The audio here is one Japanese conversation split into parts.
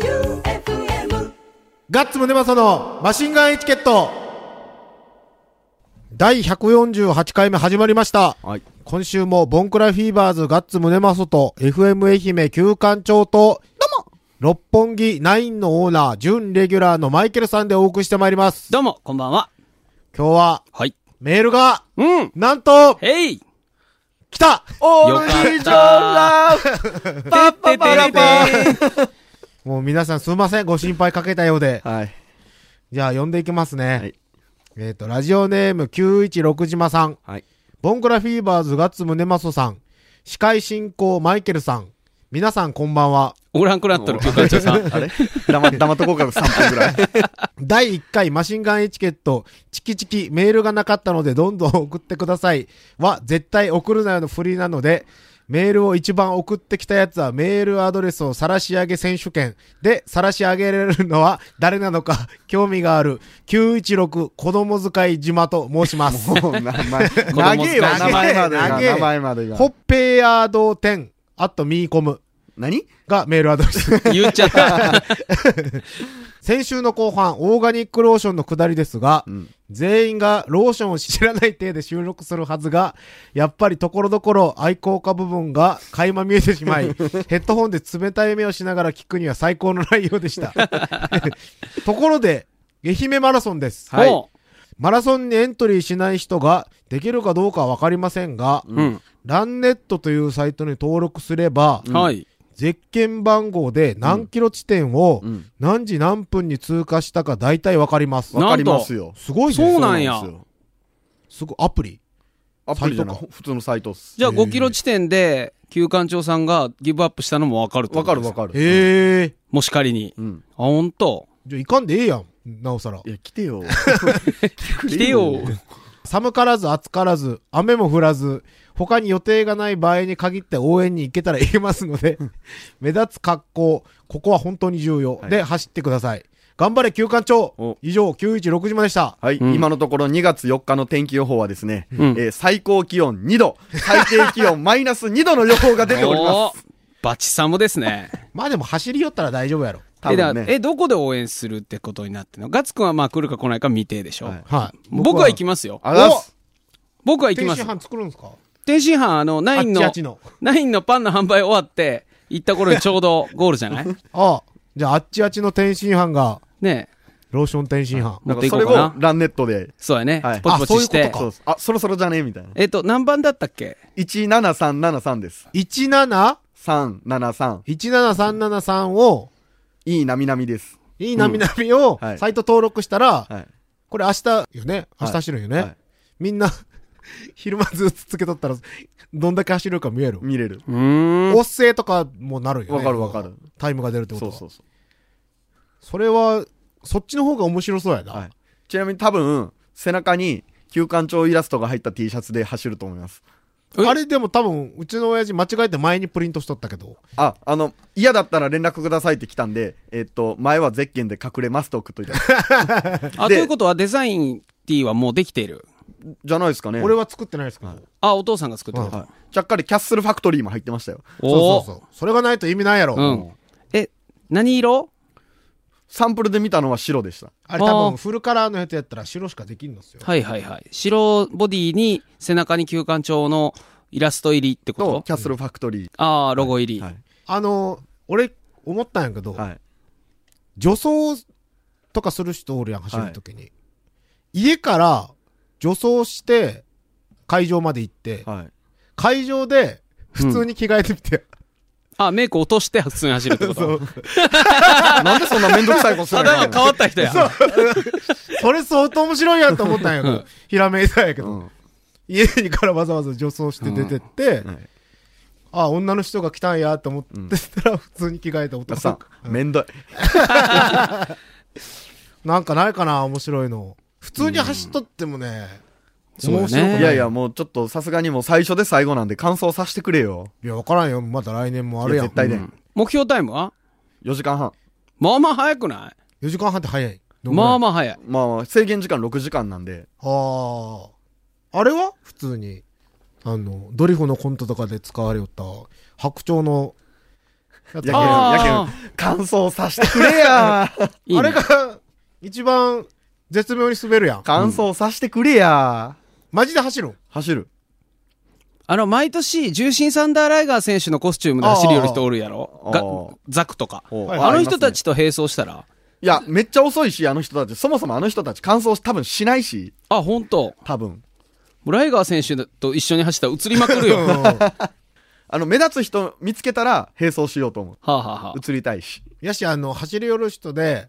J-O-E-U-F-M ガッツムネマソのマシンガンエチケット第148回目始まりました。はい。今週もボンクラフィーバーズガッツムネマソと FM 愛媛旧館長と、六本木ナインのオーナー、準レギュラーのマイケルさんでお送りしてまいります。どうも、こんばんは。今日ははい。メールが、うん。なんと、へい来たよかったー。パッパパラパ もう皆さんすいません、ご心配かけたようで。はい。じゃあ呼んでいきますね。はいえっ、と、ラジオネーム916島さん。はい。ボンクラフィーバーズガッツムネマソさん、司会進行マイケルさん、皆さんこんばんは。おらんくなっとる、教官長さん。あれ黙黙っとこうから3分ぐらい。第1回マシンガンエチケット、チキチキメールがなかったのでどんどん送ってくださいは絶対送るなよの振りなので、メールを一番送ってきたやつはメールアドレスを晒し上げ選手権で晒し上げられるのは誰なのか興味がある916子供使い島と申します。 もう名前。供長えわ、長え名前までが。長え名前までが。ほっぺやー店、あとミーコム何がメールアドレス。言っちゃった。先週の後半、オーガニックローションの下りですが、ん全員がローションを知らない体で収録するはずが、やっぱりところどころ愛好家部分が垣間見えてし まい、ヘッドホンで冷たい目をしながら聞くには最高の内容で した。ところで、愛媛マラソンです。 はい。マラソンにエントリーしない人ができるかどうかはわかりませんが、うん。ランネットというサイトに登録すれば、はい。ゼッケン番号で何キロ地点をうん何時何分に通過したか大体わかります。なわかりますよ。すごいね。そうなんやそうですよすごい、アプリアプリじゃないサイト普通のサイトっす。じゃあ5キロ地点で、旧館長さんがギブアップしたのもわかるわかるわる。かる。へえ。もし仮に。あ、うん。ほんと。じゃあ、いかんでええやん。なおさらい。や、来てよ。来てよ。寒からず暑からず、雨も降らず、他に予定がない場合に限って応援に行けたら行けますの で、目立つ格好、ここは本当に重要。はいで、走ってください。頑張れ、休館長お以上、916島でした。 はい、うん今のところ2月4日の天気予報はですね、んえー最高気温2度、最低気温マイナス2度の予報が出ておりまおーバチサムですね。まあでも走り寄ったら大丈夫やろ。す。多えだ分からね。え、どこで応援するってことになってんのガッツくんはまあ来るか来ないか未定でしょ、はいはい。僕は行きますよ。あざっす。僕は行き天ま津す。飯作るんですか天津飯、あの、ナインあのっちあっちの、ナインのパンの販売終わって、行った頃にちょうどゴール じゃないああ。じゃあ、あっちあっちの天津飯が、ねえ、ローション天津飯。持なっんてかいこそうれかをな。ランネットで。そうやね。はいポチポチしあそういうてこ。そうです。あ、そろそろじゃねえみたいな。えっと、何番だったっけ17373です。 17? 373。 17373を、いいなみなみです。いいなみなみをは、いサイト登録したら、はい。これ明日よね明日走るんよね、はいみんな、 昼間ずっとつけとったら、どんだけ走るか見える。見れる。うーん。おっせーとかもなるよね。わかるわかる。タイムが出るってことそはうそうそそれは、そっちの方が面白そうやな。う。はい。ちなみに多分、背中に、休館長イラストが入った T シャツで走ると思います。えあれでも多分、うちの親父間違えて前にプリントしとったけど、あ、あの、嫌だったら連絡くださいって来たんで、えっと、前はゼッケンで隠れますと送っといた。あ、とでいうことはデザイン T はもうできている。じゃないですかね。俺は作ってないですけど。あ、お父さんが作ってくれた。はい。ちゃっかりキャッスルファクトリーも入ってましたよ。おそうおそうそう。それがないと意味ないやろ。うん。え、何色サンプルで見たのは白でした。あれ多分フルカラーのやつやったら白しかできんのっすよ。はいはいはい。白ボディに背中に旧館長のイラスト入りってことと、キャッスルファクトリー。ああ、ロゴ入り。はいあのー、俺、思ったんやけど、はい。女装とかする人おるやん、走るときに。家から女装して、会場まで行って、はい。会場で、普通に着替えてみて。あ、メイク落として普通に走るってこそとうなんでそんなめんどくさいことするたんだやの変わった人や。 それ相当面白いやんと思ったんやけど、ひらめいたんやけど、うん家からわざわざ女装して出てって、はいああ、女の人が来たんやと思ってたら、普通に着替えておっ男さん、めんどい。なんかないかな、面白いの。普通に走っとってもね、そう面白くないね。いやいや、もうちょっとさすがにもう最初で最後なんで感想させてくれよ。いや、わからんよ。また来年もあるいやん。や絶対でね、目標タイムは4時間半。まあまあ早くない4時間半って早い。ままあまあ早い。まあ、制限時間6時間なんで、あ。はあ。あれは普通に。あの、ドリフのコントとかで使われよった、白鳥のやつやけん、あーやけん、感想させてくれ や。いいねあれが、一番、絶妙に滑るやん。感想させてくれや。マジで走るん走る。あの、毎年、重心サンダーライガー選手のコスチュームで走り寄る人おるやあろーがザクとか。ほうはいあの人た。ちと並走したら、いや、めっちゃ遅いし、あの人たち。そもそもあの人たち感想多分しないし、あ、本当多分。ライガー選手と一緒に走ったら映りまくる よ。うはん。あの、目立つ人見つけたら、並走しようと思う。あ、はあはあ、映りたいし。やし、あの、走り寄る人で、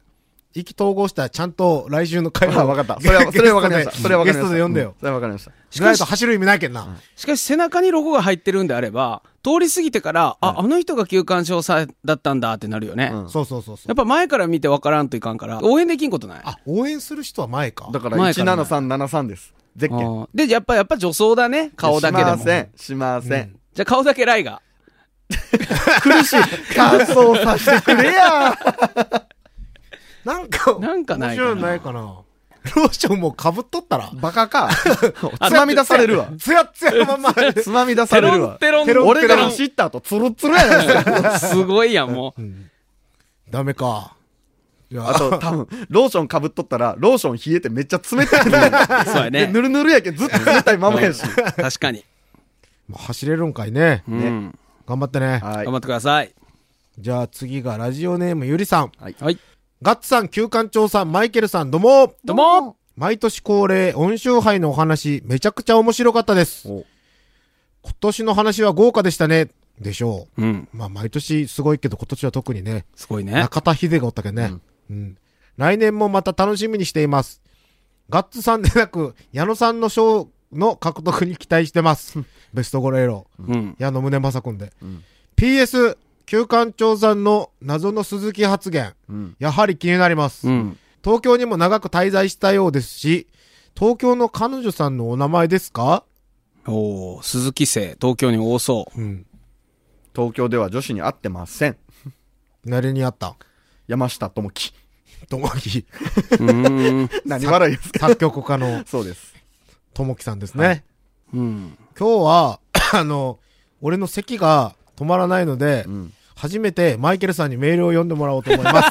意気投合したらちゃんと来週の会あ、話 わかった。それは、それはわかりました。それはわかゲりスまトした。で呼んでよう。それはわかりました。じゃないと走る意味ないけんな。しかし背中にロゴが入ってるんであれば、通り過ぎてから、あ、あの人が休館賞さだったんだってなるよね。うんそうそうそうそうやっ。ぱ前から見て分からんといかんから、応援できんことない。あ、応援する人は前か。だから、前からね17373です。ゼッケン。あーで、やっぱ、やっぱ女装だね。顔だけでしまも。せん。しません。じゃあ顔だけライガ苦しい。 感想させてくれや。なんか、なんかないかな面白いのないかな。ローションもうぶっとったら、バカか。 つまみ出される わ。つやつやのま ま。つまみ出されるわ。テロンテロン俺テがロン走った後、ツルツルやないです か。ー。すごいやん、もう。ダメか。いやあと、多分、ローション被っとったら、ローション冷えてめっちゃ冷たい。そうやね。でぬるぬるやけん、ずっと冷たいままやし。確かに。まあ走れるんかいね。うん。頑張ってね。はい頑張。ってください。じゃあ次がラジオネームゆりさん。はい。ガッツさん、旧館長さん、マイケルさん、どうもどうも毎年恒例、温州杯のお話、めちゃくちゃ面白かったです。お今年の話は豪華でしたね。でしょうん。う。まあ、毎年すごいけど、今年は特にね、すごいね。中田秀がおったけどね、うん。来年もまた楽しみにしています。ガッツさんでなく、矢野さんの賞の獲得に期待してます。ベストゴレーロ。うん。矢野宗正君で。ん PS、旧館長さんの謎の鈴木発言。うんやはり気になります。うん。東京にも長く滞在したようですし、東京の彼女さんのお名前ですかおー、鈴木生、東京に多そう。うん。東京では女子に会ってません。慣れにあった。山下智樹。ともき、うーん。何笑いですか作曲家のそうです。ともきさんですね。はうん。今日は、 あの、俺の席が止まらないので、ん初めてマイケルさんにメールを読んでもらおうと思います。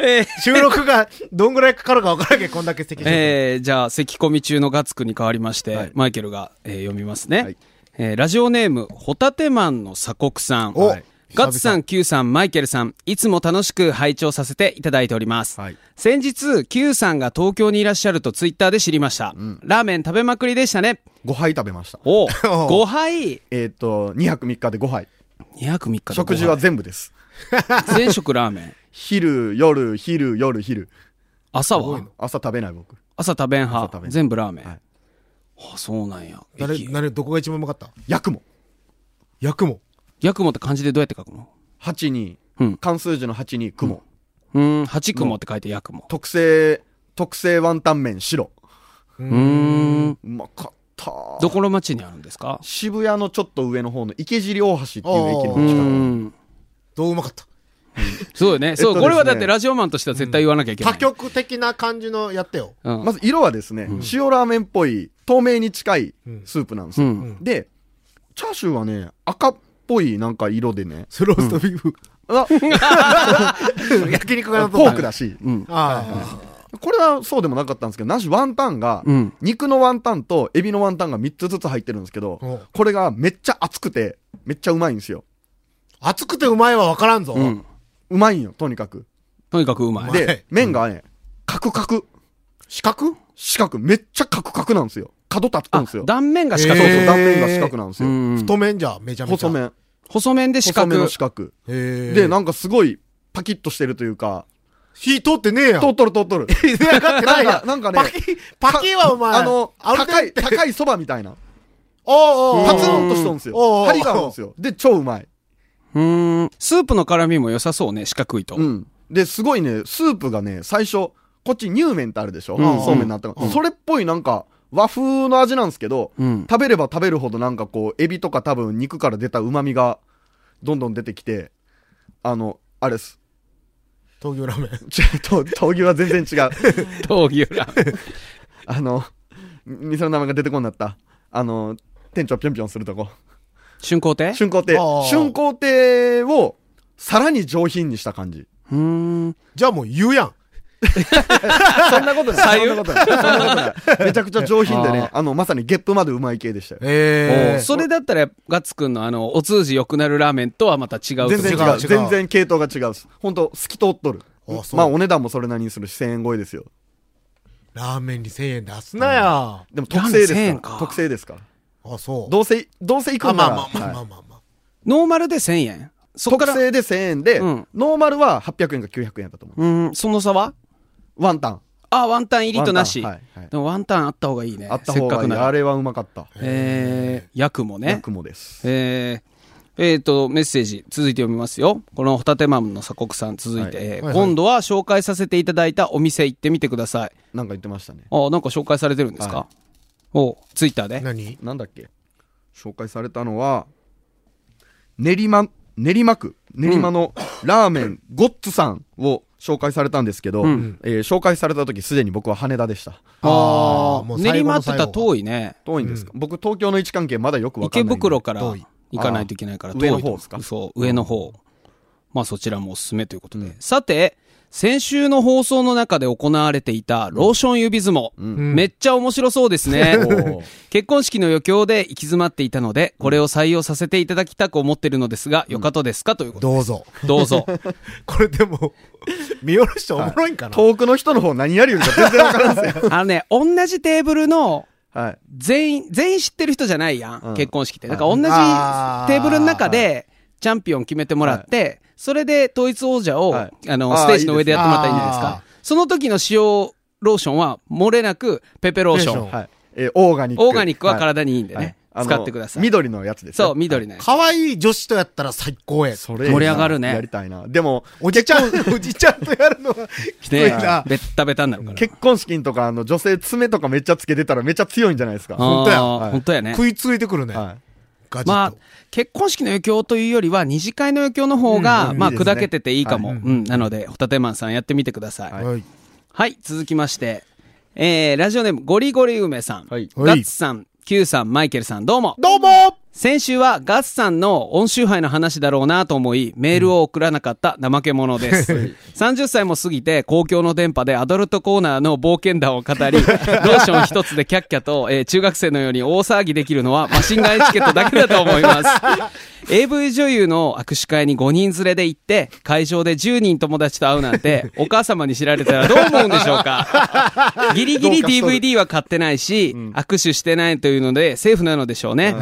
えー 収録がどんぐらいかかるか分からんけど、こんだけ席、えーじゃあ、咳込み中のガッツくんに代わりまして、はいマイケルが、えー読みますね。はいえーラジオネーム、ホタテマンの鎖国さん。おはいガッツさん、Q さん、マイケルさん、いつも楽しく拝聴させていただいております。はい先日、Q さんが東京にいらっしゃるとツイッターで知りました。ラーメン食べまくりでしたね。 5杯食べました。おお5杯えっと、2泊3日で5杯。 !2 泊3日で食事は全部です。全食ラーメン。昼、夜、昼、夜、昼。朝は朝食べない僕。朝食べん朝食べ派。ん全部ラーメン。はいあ、そうなんや。誰、誰、どこが一番うまかったヤクモ。役も。ヤクモって漢字でどうやって書くの8にうん、関数字の8に雲。うーん、八雲って書いてヤクモ。特製、特製ワンタン麺白。うーん。うまかった。どこの町にあるんですか渋谷のちょっと上の方の池尻大橋っていう駅ううの近く。ん。どううまかったそうよね。そう、えっとですねこれはだってラジオマンとしては絶対言わなきゃいけない。多曲的な感じのやってよ。うん。まず色はですね、塩ラーメンっぽい、透明に近いスープなんですうよ。ん。で、チャーシューはね、赤っぽいなんか色でね、スローストビーフ。 あ焼肉がなポークだし、うん。あこれはそうでもなかったんですけど、なしワンタンが、うん。肉のワンタンとエビのワンタンが3つずつ入ってるんですけど、おこれがめっちゃ熱くて、めっちゃうまいんですよ。あ。熱くてうまいは分からんぞ。うん。うまいんよ、とにかく。とにかくうまうい。まいで、麺がね、カクカク、四角四角、めっちゃカクカクなんですよ。角立ってあんですよ。断面が四そう角そう、へー断面が四角なんですうよ。ん。太麺じゃ、めちゃめちゃ。細。麺。細麺で四細め角の。四角。へえ。で、なんかすごい、パキッとしてるというか、火通ってねえやん。通っとる通っとる。火通って ないやん。なんかなパんかねキ、パキはお前。あの、ある程高い、度高いそばみたいな。おうおうおうパツンとしとんですおうおよ。う針があるんですよ。で、超うまい。うーん。スープの辛みも良さそうね、四角いとう。ん。で、すごいね、スープがね、最初、こっち乳麺ってあるでしょ、うんそうめんになったの、それっぽいなんか、和風の味なんですけど、うん食べれば食べるほどなんかこう、エビとか多分肉から出た旨味が、どんどん出てきて、あの、あれです。東京ラーメン。ちょっと、闘牛は全然違う。 闘牛ラーメン。あの、店の名前が出てこんなった。あの、店長ぴょんぴょんするとこ。春光亭春光亭ああ。春光亭をさらに上品にした感じ。うーん。じゃあもう言うやん。 そんなことない。そんなことない。そんなこと ないめちゃくちゃ上品でね、あの、まさにゲップまでうまい系でしたよ。ええそれだったら、ガッツくんのあの、お通じ良くなるラーメンとはまた違う全然違違う違う。う全然系統が違うっす。本当透き通っとるあそ。うまあ、お値段もそれなりにするし、1000円超えですよ。ラーメンに1000円出すなや。でも特製ラーメン1000円ですかから。特製ですから。あ、そう。どうせ、どうせ行あ、くんなまあら。まあまあまはあいまあまあ。ノーマルで1000円。そっか特ら、製で1000円で、うんノーマルは800円か900円だと思う。うーん、その差はワンタン。あ、ワンタン入りとなし。ワンタンはいはいでもワンタンあった方がいいね。あった方せっかがいくい。ならあ。れはうまかった。えー、ヤクもね僕。もです。えーえーと、メッセージ、続いて読みますよ。このホタテマムの鎖国さん、続いて、はいえーはいはい今度は紹介させていただいたお店行ってみてください。なんか言ってましたね。あなんか紹介されてるんですか、はおツイッターで。何なんだっけ紹介されたのは、練馬、練馬区、練馬のラーメン、ゴッツさんを紹介されたんですけど、うんえー紹介された時すでに僕は羽田でした。ああーもあ、う最練後馬のって言最っ後たら遠いね。遠いんですか、僕東京の位置関係まだよくわかん池ない。袋から遠行いかないといけないからあー遠いと上の方ですかそう、上の方。まあそちらもおすすめということで。うんさて、先週の放送の中で行われていたローション指相撲。んめっちゃ面白そうですねおー。結婚式の余興で行き詰まっていたので、これを採用させていただきたく思ってるのですが、よかとですかということどうぞ。で。どう ぞ。これでも、 見下ろしておもろいんかな。 遠くの人の方何やるよりか全然わから んすよ。あのね、同じテーブルのはい。全員、全員知ってる人じゃないやん。うん結婚式って。だから同じテあーーブルの中で、チャンピオン決めてもらって、それで統一王者を、はいあの、あーステージの上でやってもらったらいいんじゃないですいいかで。その時の使用ローションは、漏れなく、ペペローション。ペペローションはい。えーオーガニック。オーガニックははい体にいいんでね。はい使ってくださあのい。緑のやつですねそう、緑のやつ。可愛い女子とやったら最高や。それいいな盛り上がるねやりたいな。でも、おじちゃん、おじちゃんとやるのはきついねな。ベッタベタになるから。結婚式んとか、あの、女性爪とかめっちゃつけてたらめっちゃ強いんじゃないですか。あー本当やはい本当やね。食いついてくるね。はい。ガジまッあと。、結婚式の余興というよりは、二次会の余興の方が、うんうんまあ、いいですね砕けてていいかも。はうん。なので、ホタテマンさんやってみてください。はい。はい、続きまして、えー、ラジオネーム、ゴリゴリ梅さん、はいはいガッツさん、Q さん、マイケルさん、どうも。どうも先週はガッツさんの温州杯の話だろうなと思い、メールを送らなかった怠け者です。30歳も過ぎて、公共の電波でアダルトコーナーの冒険談を語り、ローション一つでキャッキャと、えー中学生のように大騒ぎできるのはマシンガンエチケットだけだと思います。AV 女優の握手会に5人連れで行って、会場で10人友達と会うなんて、お母様に知られたらどう思うんでしょうかギリギリ DVD は買ってないし、握手してないというので、セーフなのでしょうね。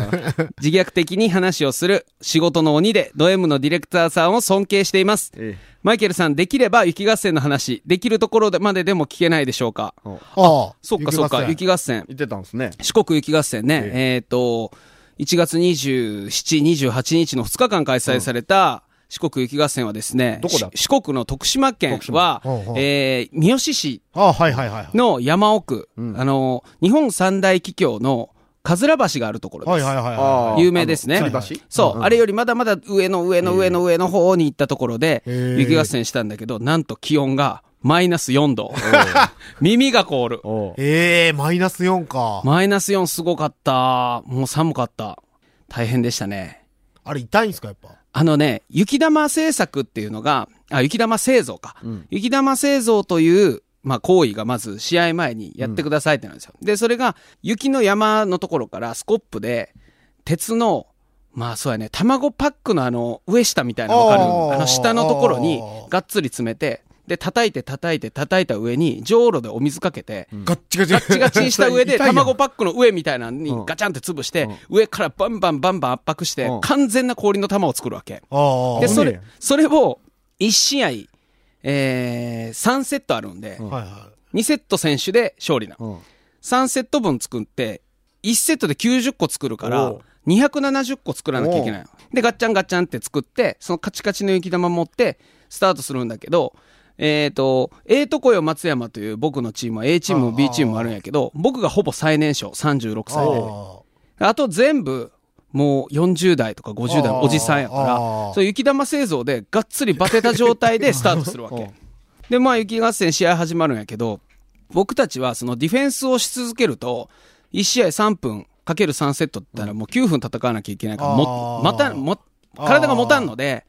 自虐的に話をする、仕事の鬼で、ド M のディレクターさんを尊敬しています。えマイケルさん、できれば雪合戦の話、できるところまででも聞けないでしょうかえ。ああ。そっかそっか、行き雪合戦。言ってたんですね。四国雪合戦ね、えっ、と、1月27、28日の2日間開催された、四国雪合戦はですね、どこだし四国の徳島県は、徳島うんうんえー、三好市ますねああ、はいはいはいはい。の山奥、あの、日本三大桔梗のかずら橋があるところです。はいはいはいあはー有名ですね。あの吊り橋そう、うんうんあれよりまだまだ上の上の上の上の方に行ったところで、へー雪合戦したんだけど、なんと気温がマイナス4度。 耳が凍る。おうい。ええ、マイナス4か。マイナス4すごかった。もう寒かった。大変でしたね。あれ痛いんすか、やっぱ。あのね、雪玉製作っていうのが、あ、雪玉製造か。ん雪玉製造という、まあ、行為がまず試合前にやってくださいってなんですよ。で、それが、雪の山のところからスコップで、鉄の、まあそうやね、卵パックのあの、上下みたいなのわかあーるあの下のところにあー、がっつり詰めて、で、叩いて叩いて叩いた上に、上路でお水かけて、ガッチガチ。ガガッチガチにした上 で、痛いやん卵パックの上みたいなのにうんガチャンって潰して、上からバンバンバンバン圧迫してうん、完全な氷の玉を作るわけ。ああ。で、そいいれね、それを、1試合、えー、3セットあるんで、はいは2セット選手で勝利なの。うん3セット分作って、1セットで90個作るからおう、 270個作らなきゃいけないの。で、ガッチャンガッチャンって作って、そのカチカチの雪玉持って、スタートするんだけど、えっ、と、ええとこよ松山という僕のチームは A チームも B チームもあるんやけど、僕がほぼ最年少、36い。あ歳で。あと全部、もう40代とか50代のおじさんやかあら、ーそう雪玉製造でがっつりバテた状態でスタートする わうけん。で、まあ雪合戦試合始まるんやけど、僕たちはそのディフェンスをし続けると、1試合3分かける3セットだったらもう9分戦わなきゃいけないから、あもーまたも体が持たんので、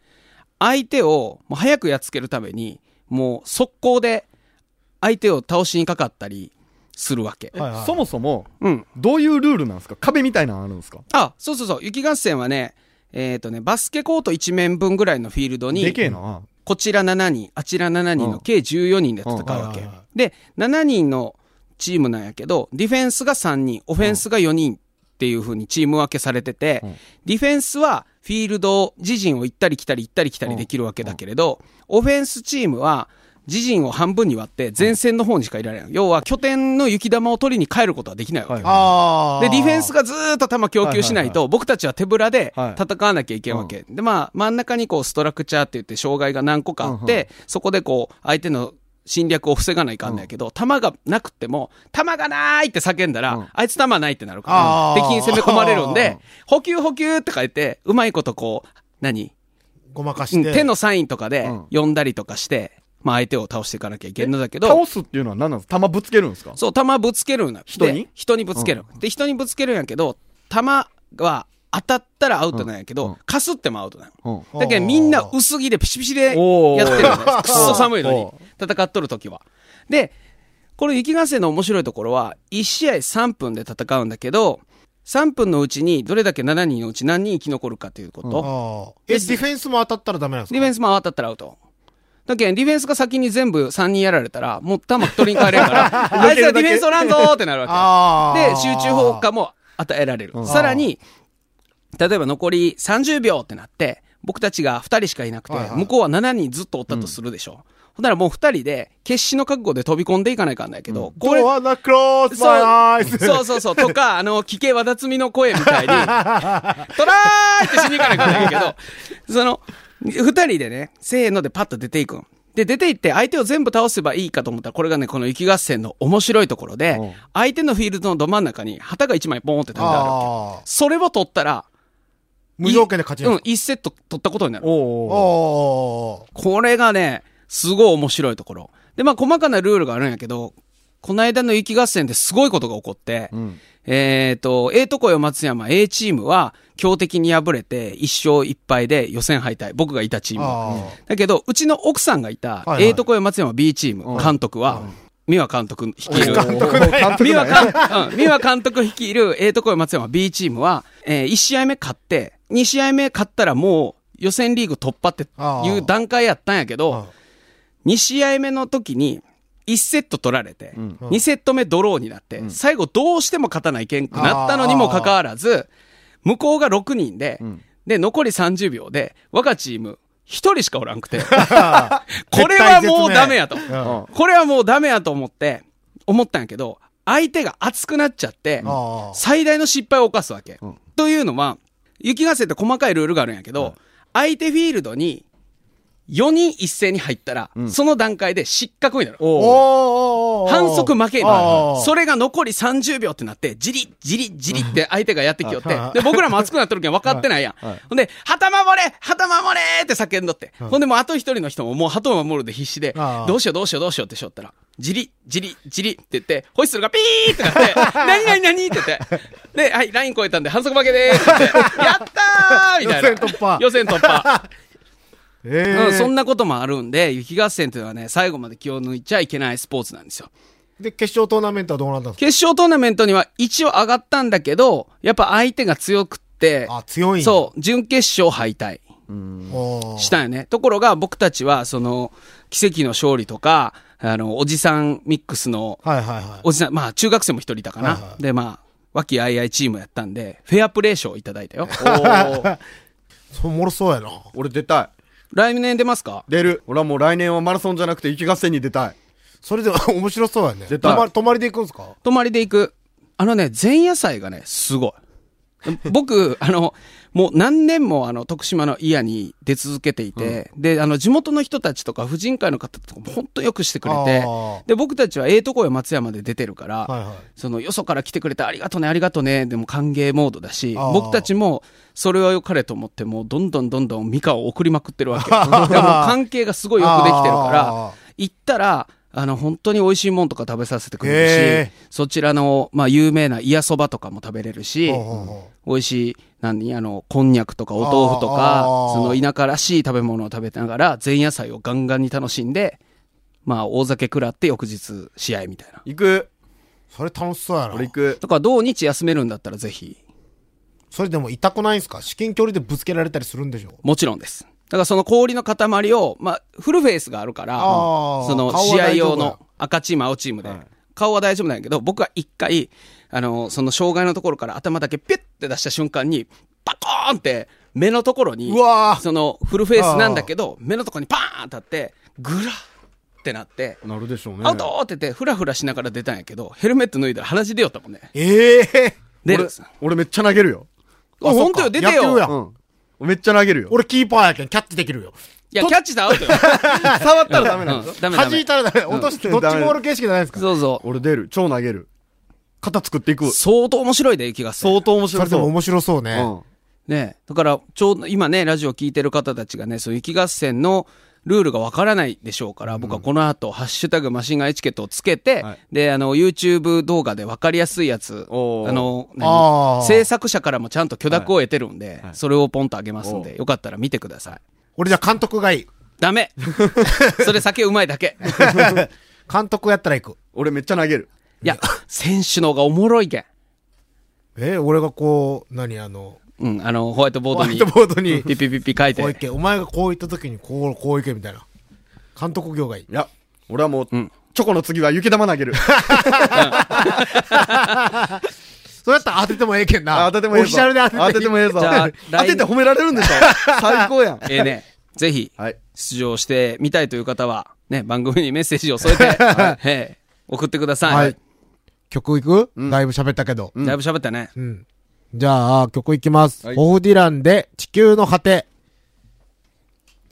相手をもう早くやっつけるために、もう速攻で相手を倒しにかかったりするわけ。はいはいそもそも、うん。どういうルールなんですか壁みたいなのあるんですかあ、そうそうそう。雪合戦はね、えっ、とね、バスケコート1面分ぐらいのフィールドに、でけえな。こちら7人、あちら7人うんの計14人で戦ううんわはいけはいはい。で、7人のチームなんやけど、ディフェンスが3人、オフェンスが4人っていう風にチーム分けされててうん、ディフェンスはフィールド、自陣を行ったり来たり行ったり来たりできるわけだけれど、オフェンスチームは、自陣を半分に割って前線の方にしかいられない。要は拠点の雪玉を取りに帰ることはできないわけ。ああ。で、ディフェンスがずーっと球供給しないと、僕たちは手ぶらではい戦わなきゃいけんわけ。で、まあ、真ん中にこう、ストラクチャーって言って、障害が何個かあって、そこでこう、相手の侵略を防がないかんだけど、球がなくても、球がないって叫んだうんら、あいつ球ないってなるあかーら、敵に攻め込まれるんうでん、補給補給って書いて、うまいことこう、何ごまかうしんて。手のサインとかでうん呼んだりとかして、まあ、相手を倒していかなきゃいけんのだけど、倒すっていうのは何なんですか弾ぶつけるんですかそう、弾ぶつけるんだ。人にで人にぶつける。で、人にぶつけるんやけど、弾は当たったらアウトなんやけうんど、かすってもアウトなの。うん。だけどみんな薄着でピシピシでやってるおーよね。 くっそ寒いのおに。戦っとる時は。で、この雪合戦の面白いところは、1試合3分で戦うんだけど、3分のうちにどれだけ7人のうち何人生き残るかということ。ああ。え、ディフェンスも当たったらダメなんですディかフェンスも当たったらアウト。だけんディフェンスが先に全部3人やられたら、もう球取りに帰れる から、あいつらディフェンスおらんぞーってなるわけ。ああ。で、集中砲火も与えられる。さらに、例えば残り30秒ってなって、僕たちが2人しかいなくてはいは、い向こうは7人ずっとおったとするでしょ。ほんならもう2人で、決死の覚悟で飛び込んでいかないかんだけど、これ。ドアナクロースそマイアうイズ。そうそうそう。と か、あの、聞けわだつみの声みたいに、トラーってしに行かなきゃいけないけ ど、その、二人でね、せーのでパッと出ていくん。で、出ていって相手を全部倒せばいいかと思ったら、これがね、この雪合戦の面白いところで、うん相手のフィールドのど真ん中に旗が一枚ボーンって立ててあるわああけ。。それを取ったら、無条件で勝ちうなんんで、一セット取ったことになる。すおか。ーおーおーこれがね、すごい面白いところ。で、まあ、細かなルールがあるんやけど、この間の雪合戦ですごいことが起こって、んえっ、と、ええとこよ松山 A チームは強敵に敗れて1勝1敗で予選敗退。僕がいたチームは。あだけど、うちの奥さんがいたいは、いええとこよ松山 B チーム、監督は、美和監督率いる。監督だ監督美和だよ。監,、うん、美和監督率いる、ええとこよ松山 B チームは、え1試合目勝って、2試合目勝ったらもう予選リーグ突破っていう段階やったんやけあ ど、2試合目の時に、1セット取られて、ん2セット目ドローになって、最後どうしても勝たないけんくなったのにもかかわらず、向こうが6人で、で、残り30秒で、我がチーム、1人しかおらん くて、これはもうダメやと。あこれはもうダメやと思って、思ったんやけど、相手が熱くなっちゃって、あ。最大の失敗を犯すわけ。というのは、雪合戦って細かいルールがあるんやけど、相手フィールドに4人一斉に入ったら、その段階で失格になる。おーおーおーおー反則負けにあなーる。それが残り30秒ってなって、じり、じり、じりって相手がやってきよってはい。で、僕らも熱くなってるけん分かってないやん。ほんで、旗守れ旗守れって叫んどって。ほんで、もうあと一人の人ももう旗を守るで必死であー、どうしようどうしようどうしようってしょったら、じり、じり、じりって言って、ホイッスルがピーってな って、何何何って言って。で、はい、ライン超えたんで反則負けでーすって 言って、やったーみたいな。予選突破予選 突破。えうえ。ん、そんな。なこともあるんで、雪合戦というのはね、最後まで気を抜いちゃいけないスポーツなんですよ。で、決勝トーナメントはどうなったんですか決勝トーナメントには一応上がったんだけど、やっぱ相手が強くって、あ、強いんだそう、準決勝敗退おーしたんよね。ところが僕たちは、その、奇跡の勝利とか、あの、おじさんミックスの、はいはいはい。おじさん、まあ中学生も一人いたかな。はいはいで、まあ、和気あいあいチームやったんで、フェアプレー賞をいただいたよ。そうおもろそうやな。 俺出たい。 来年出ますか出る。俺はもう来年はマラソンじゃなくて雪合戦に出たい。それで 面白そうやね。絶対泊ま泊まりで行くんですか泊まりで行く。あのね、前夜祭がね、すごい。僕、 あの、もう何年もあの、徳島の家に出続けていて、で、あの、地元の人たちとか、婦人会の方とかも本当よくしてくれてあー、で、僕たちはええとこよ松山で出てるから、はいはいその、よそから来てくれてありがとね、ありがとね、でも歓迎モードだし、あー僕たちも、それは良かれと思って、もうどんどんどん どんミカを送りまくってるわけ。いやもう関係がすごいよくできてるから、行ったら、あの、本当に美味しいもんとか食べさせてくれるへし、そちらの、まあ、有名なやそばとかも食べれるし、ほうほうほ美味しい、何、あの、こんにゃくとかお豆腐とかあー、その田舎らしい食べ物を食べながら、前夜祭をガンガンに楽しんで、まあ、大酒食らって翌日試合みたいな。行くうそれ楽しそうやな俺行くとか、同日休めるんだったらぜひ、それでも痛くないんすか至近距離でぶつけられたりするんでしょもちろんです。だからその氷の塊を、まあ、フルフェイスがあるから、あーその顔は試合大丈夫用の赤チーム、青チームで、顔は大丈夫なんやけど、僕は一回、あの、その障害のところから頭だけピュッて出した瞬間に、パコーンって目のところに、うわーそのフルフェイスなんだけど、目のところにパーンって当って、ぐらってなって、なるでしょうねアウトって言って、フラフラしながら出たんやけど、ヘルメット脱いだら鼻血出よったもんね。ええ出俺る。俺めっちゃ投げるよあ、本当よ、出て野球よや。うんめっちゃ投げるよ 俺キーパーやけんキャッチできるよいや、キャッチしたらアウトよ。触ったらダメなんうだんダメダ弾メい。たらダメ落としてどっちダメボール形式じゃないですかそうそう。俺出る超投げる肩作っていく相当面白いで、気がする。相当面そ白れでもそう面白そうね、うんねえだから、ちょうど今ね、ラジオ聞いてる方たちがね、そういう雪合戦のルールがわからないでしょうから、僕はこの後、ハッシュタグマシンガンエチケットをつけて、はいで、あの、YouTube 動画でわかりやすいやつ、あおーの、あ何ー制作者からもちゃんと許諾を得てるんで、それをポンとあげますんおで、よかったら見てください。俺じゃあ監督がいいダメそれ酒うまいだけ。監督やったら行く俺めっちゃ投げるいや、選手の方がおもろいけん。え俺がこう何あのうん、あの、ホワイトボーホドワイにト、ボードにピピピピ書いこういて。けお前がこう言った時にこうこういけみたいな監督業がいいいや俺はもう、うんチョコの次は雪玉投げるそうやったら当ててもええけんなあ 当ててもええぞオフィシャルで当てて当ててもええぞじゃあ当てて褒められるんでしょ 最高やんええね、ぜひ、はい出場してみたいという方は、ね、番組にメッセージを添えて、ええ送ってください。はい曲いく、だいぶ喋ったけど、だいぶ喋ったね。うん。じゃあ、曲いきます。はいホフディランで、地球の果て。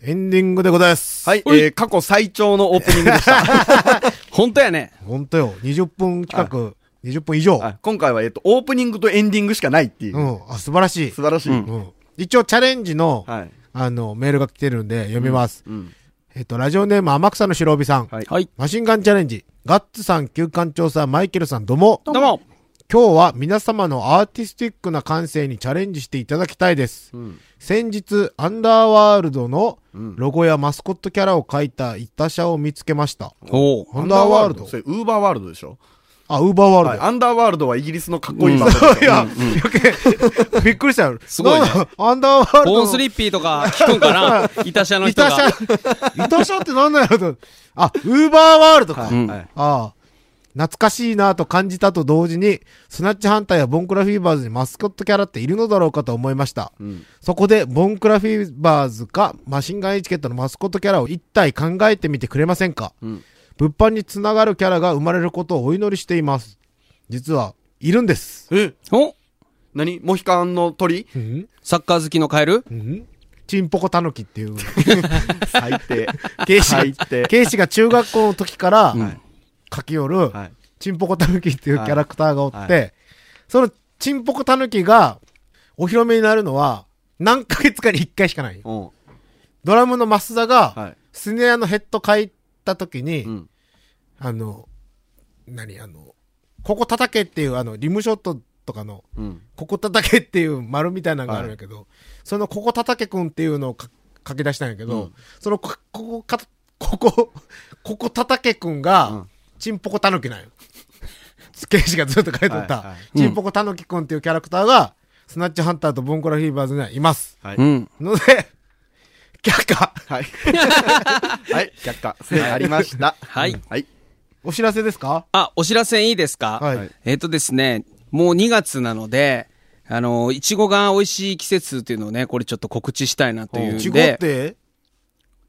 エンディングでございます。はい、えー、過去最長のオープニングでした。 本当やね。ほんとよ。20分近く、20分以上。はい今回は、えっと、オープニングとエンディングしかないっていうう。ん。あ、素晴らしい素。晴らしい。うんうん。一応、チャレンジの、はい。あの、メールが来てるんで、読みます。うん。えっと、ラジオネーム、天草の白帯さん。はいはい。マシンガンチャレンジ。ガッツさん、旧館長さん、マイケルさん、どうも。どうも。今日は皆様のアーティスティックな感性にチャレンジしていただきたいです。うん。先日、アンダーワールドのうんロゴやマスコットキャラを描いた一他社を見つけました。おうアンダーワールドそれ、ウーバーワールドでしょあ、ウーバーワーはい。ルド。アンダーワールドはイギリスのかっ こいいバンドそういや、余計、びっくりしたよ。すごいねなんだアンダーワールドの。ボーンスリッピーとか聞くんかないたしゃのイ人タシが。ャ、イタシャってなんだよと。あ、ウーバーワールドか。はあい。んはいあ。懐かしいなと感じたと同時に、スナッチ反対やボンクラフィーバーズにマスコットキャラっているのだろうかと思いました。うん。そこで、ボンクラフィーバーズか、マシンガンエチケットのマスコットキャラを一体考えてみてくれませんか、うん物販につながるキャラが生まれることをお祈りしています。実は、いるんです。えお何モヒカンの鳥うんサッカー好きのカエル。うんチンポコタヌキって いう、最 低。ケイシが最、低。ケイシが中学校の時からはい、書き寄る、はい。チンポコタヌキっていうキャラクターがおって、はいそのチンポコタヌキが、お披露目になるのは、何ヶ月かに一回しかないよ。うん。ドラムの増田が、はい。スネアのヘッド書いた時に、うん。あの、何あの、ここ叩けっていう、あの、リムショットとかの、うん。ここ叩けっていう丸みたいなのがあるんやけど、そのここ叩けくんっていうのをか書き出したんやけど、うんそのこ、ここかた、ここ、ここ叩けくんが、うんチンポコタヌキなんよ。ケイシがずっと書いとった、はいはチンポコタヌキくんっていうキャラクターが、スナッチハンターとボンコラフィーバーズにはいます。はいうん。ので、 却下はい。 はい。却下。せありました。はいはい。お知らせですかあ、お知らせいいですかはい。はいえっ、とですね、もう2月なので、あの、いちごが美味しい季節っていうのをね、これちょっと告知したいなといいちうんごっで、て、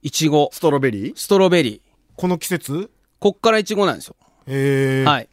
いちご、ストロベリーストロベリー、この季節こっからいちごなんですよ。ええー。はい。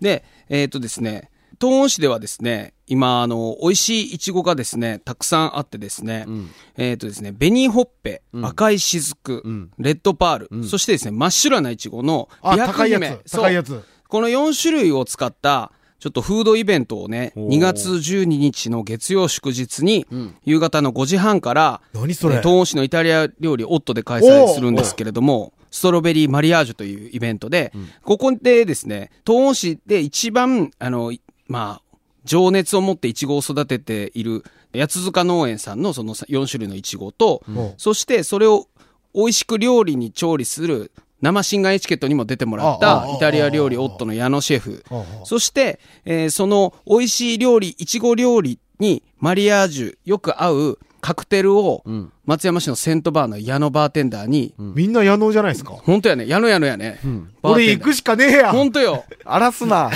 で、えっ、とですね、東温市ではですね、今、あの、美味しいイチゴがですね、たくさんあってですね、んえっ、とですね、紅ほっぺ、ん赤いしずく、うんレッドパール、んそしてですね、真っ白なイチゴの、あ、美白高いや姫つ。高いやそうつ。この4種類を使った、ちょっとフードイベントをね、おー2月12日の月曜祝日に、夕方の5時半から、何それえー東温市のイタリア料理、オットで開催するんですけれども、ストロベリーマリアージュというイベントで、ここでですね、東温市で一番、あの、まあ、情熱を持ってイチゴを育てている、八塚農園さんのその4種類のイチゴと、んそしてそれを美味しく料理に調理する生新眼エチケットにも出てもらっああたああイタリア料理夫の矢野シェフあああ、そして、えーその美味しい料理、イチゴ料理にマリアージュ、よく合うカクテルをん松山市のセントバーの矢野バーテンダーに、みんな矢能じゃないですか。本当やね、矢野矢野やね。バー俺テ行ンダーくしかねえや。本当よ。荒らすな。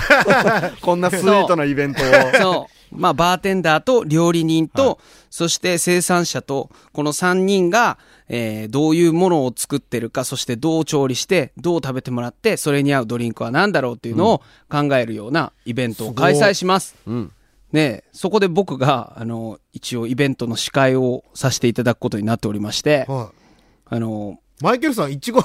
こんなスイートなイベントを。そう。まあ、バーテンダーと料理人と、そして生産者と、この3人が、えーどういうものを作ってるか、そしてどう調理して、どう食べてもらって、それに合うドリンクは何だろうっていうのを考えるようなイベントを開催します。んねえそこで僕が、あの、一応イベントの司会をさせていただくことになっておりまして、はあの、い。マイケルさん、いちご、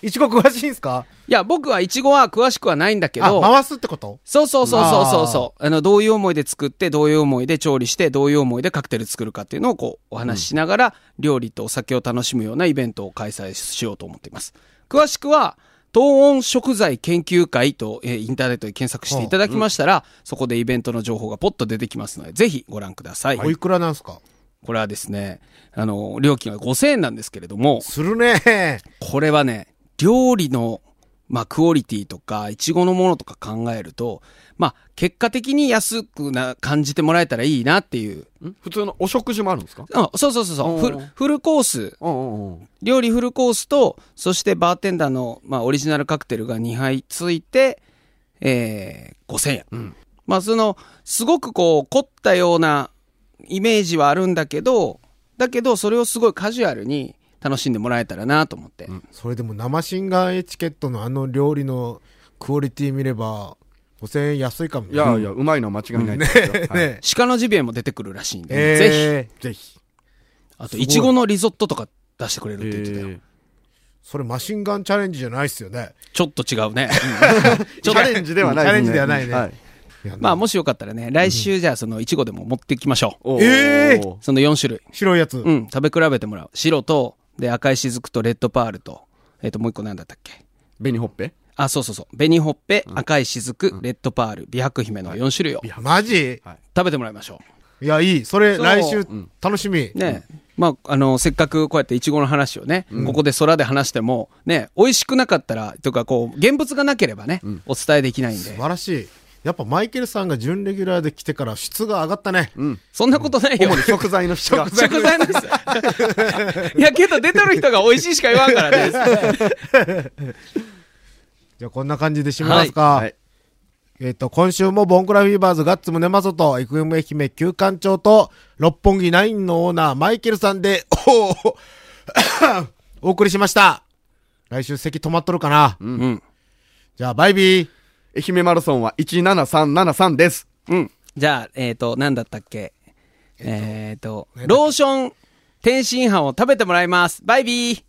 いちご詳しいんすかいや、僕はイチゴは詳しくはないんだけあ、ど、回すってことそうそうそうそうそうそう。あの、どういう思いで作って、どういう思いで調理して、どういう思いでカクテル作るかっていうのをこう、お話ししながら、料理とお酒を楽しむようなイベントを開催しようと思っています。詳しくは、東温食材研究会と、えーインターネットで検索していただきましたら、そこでイベントの情報がポッと出てきますので、ぜひご覧ください。おいくらなんすかこれはですね、あの、料金は5000円なんですけれども、するねこれはね、料理の、まあ、クオリティとか、いちごのものとか考えると、まあ、結果的に安くな、感じてもらえたらいいなっていう。普通のお食事もあるんですかあそうそうそうそうフル、うんフルコース、うんうんうん。料理フルコースと、そしてバーテンダーの、まあ、オリジナルカクテルが2杯ついて、えー、5000円。まあ、その、すごくこう、凝ったようなイメージはあるんだけど、だけど、それをすごいカジュアルに楽しんでもらえたらなと思って。それでも生シンガーエチケットのあの料理のクオリティ見れば、5000円安いかもね。いやいや、や、うまいのは間違いないですよ。はいね鹿のジビエも出てくるらしいんで、え。ぜひ。ひ。ぜひ。あと、すごいいちごのリゾットとか出してくれるって言ってたよ。それマシンガンチャレンジじゃないっすよね。ちょっと違うね。ちチょっャレンジではないチャレンジではないねはいいやまあ、もしよかったらね、来週じゃあそのいちごでも持ってきましょおーえーう。その4種類。白いやつう。ん、食べ比べてもらう。白と、で、赤いしずくとレッドパールと、えっ、と、もう一個なんだったっけ紅ほっぺあ、そうそうそう。紅ほっぺ、赤いしずく、レッドパール、美白姫の4種類をマジ食べてもらいましょう。いや、いい。それ、そう来週、楽しみ。ねまあ、あの、せっかくこうやってイチゴの話をね、ここで空で話しても、ね、美味しくなかったら、とかこう、現物がなければね、お伝えできないん素で、晴らしい。やっぱマイケルさんが準レギュラーで来てから質が上がったね。そんなことないよ主。に食材の質が。食材なんです よ。いや、けど出てる人が美味しいしか言わんからね。じゃあこんな感じで締めますか。 はい。えっ、と、今週もボンクラフィーバーズガッツムネマソと、FM 愛媛旧館長と、六本木ナインのオーナーマイケルさんで、おーお送りしました。来週席止まっとるかな、うん。じゃあバイビー。愛媛マラソンは17373です。うん。じゃあ、えっ、と、なんだったっけ。えっ、と、ローション天津飯を食べてもらいます。バイビー。